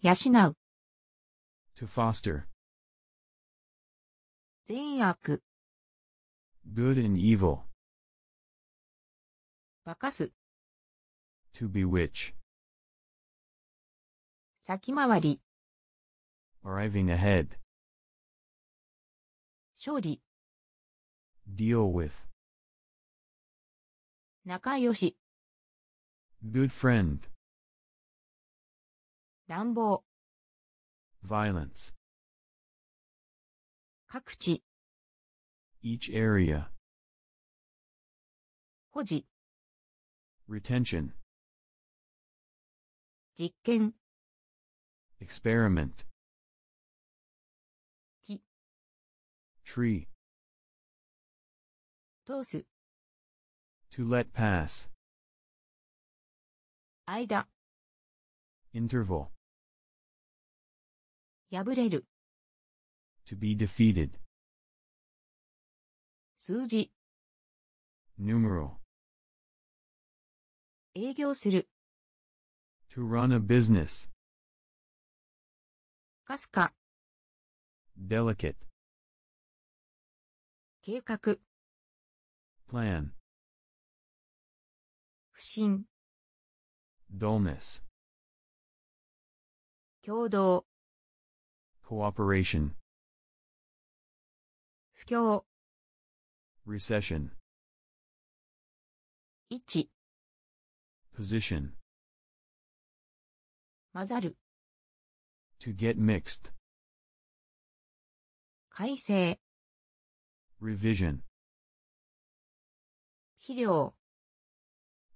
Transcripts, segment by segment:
養う、 to foster, 善悪、 good and evil, 化かす、 to bewitch, 先回り、 arriving ahead, 勝利、 deal with, 仲良し、 good friend, 乱暴、 violence, 各地、 each area, 保持、 retention, 実験、 experiment, 木 tree, 通す、 to let pass, 間、 interval, 破れる、 to be defeated, 数字、 numeral, 営業する、 to run a business, かすか、 delicate, 計画、 plan, 不信、 dullness, 共同、 cooperation, 不況、 recession, 位置、 position, 混ざる、 to get mixed, 改正、 revision, 肥料、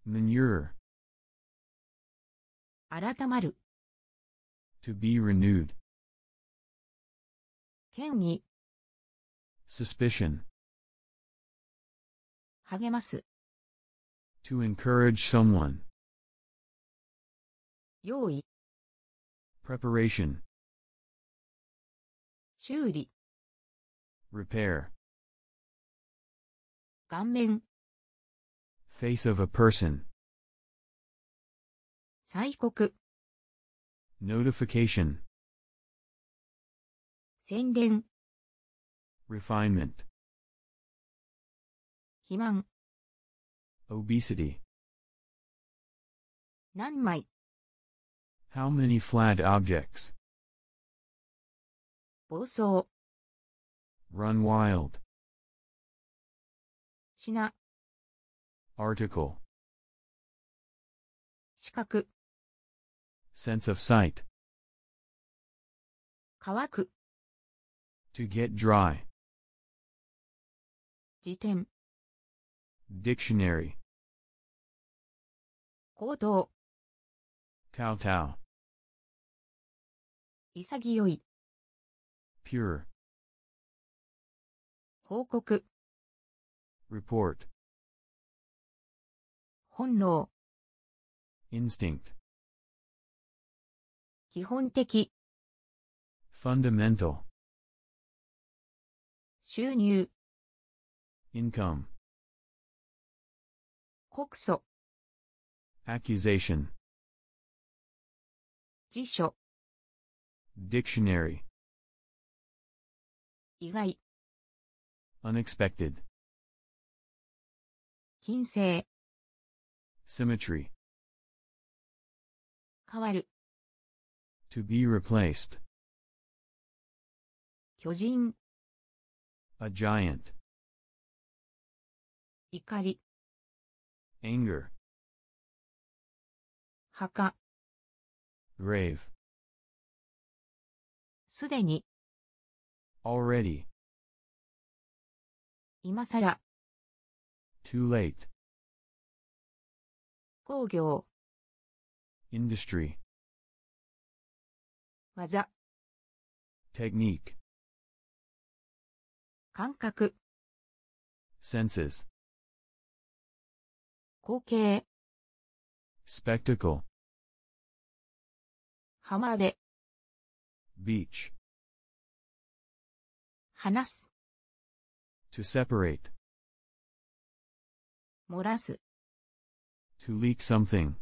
manure, 改まる、 to be renewed, 権威、 suspicion, 励ます、 to encourage someone, 用意、 preparation, 修理、 repair, 顔面、 face of a person, 催告、 notification, 洗練、 refinement, 肥満、 obesity, 何枚、 how many flat objects, 暴走、 run wild, 品、 article, 資格、 sense of sight, 乾く、 to get dry, 辞典、 dictionary, 行動、 kowtow, 潔い、 pure, 報告、 report, 本能、 instinct, 基本的、 fundamental, 収入、 income, 告訴、 accusation, 辞書、 dictionary, 意外、 unexpected, 金星、 symmetry, 変わる、 to be replaced, 巨人、 a giant, 怒り、 anger, 墓、 grave, すでに、 already, 今更、 too late, 工業、 industry, 技、 technique, 感覚、 senses, 光景、 spectacle, 浜辺、 beach, 話す、 to separate, 漏らす。 to leak something,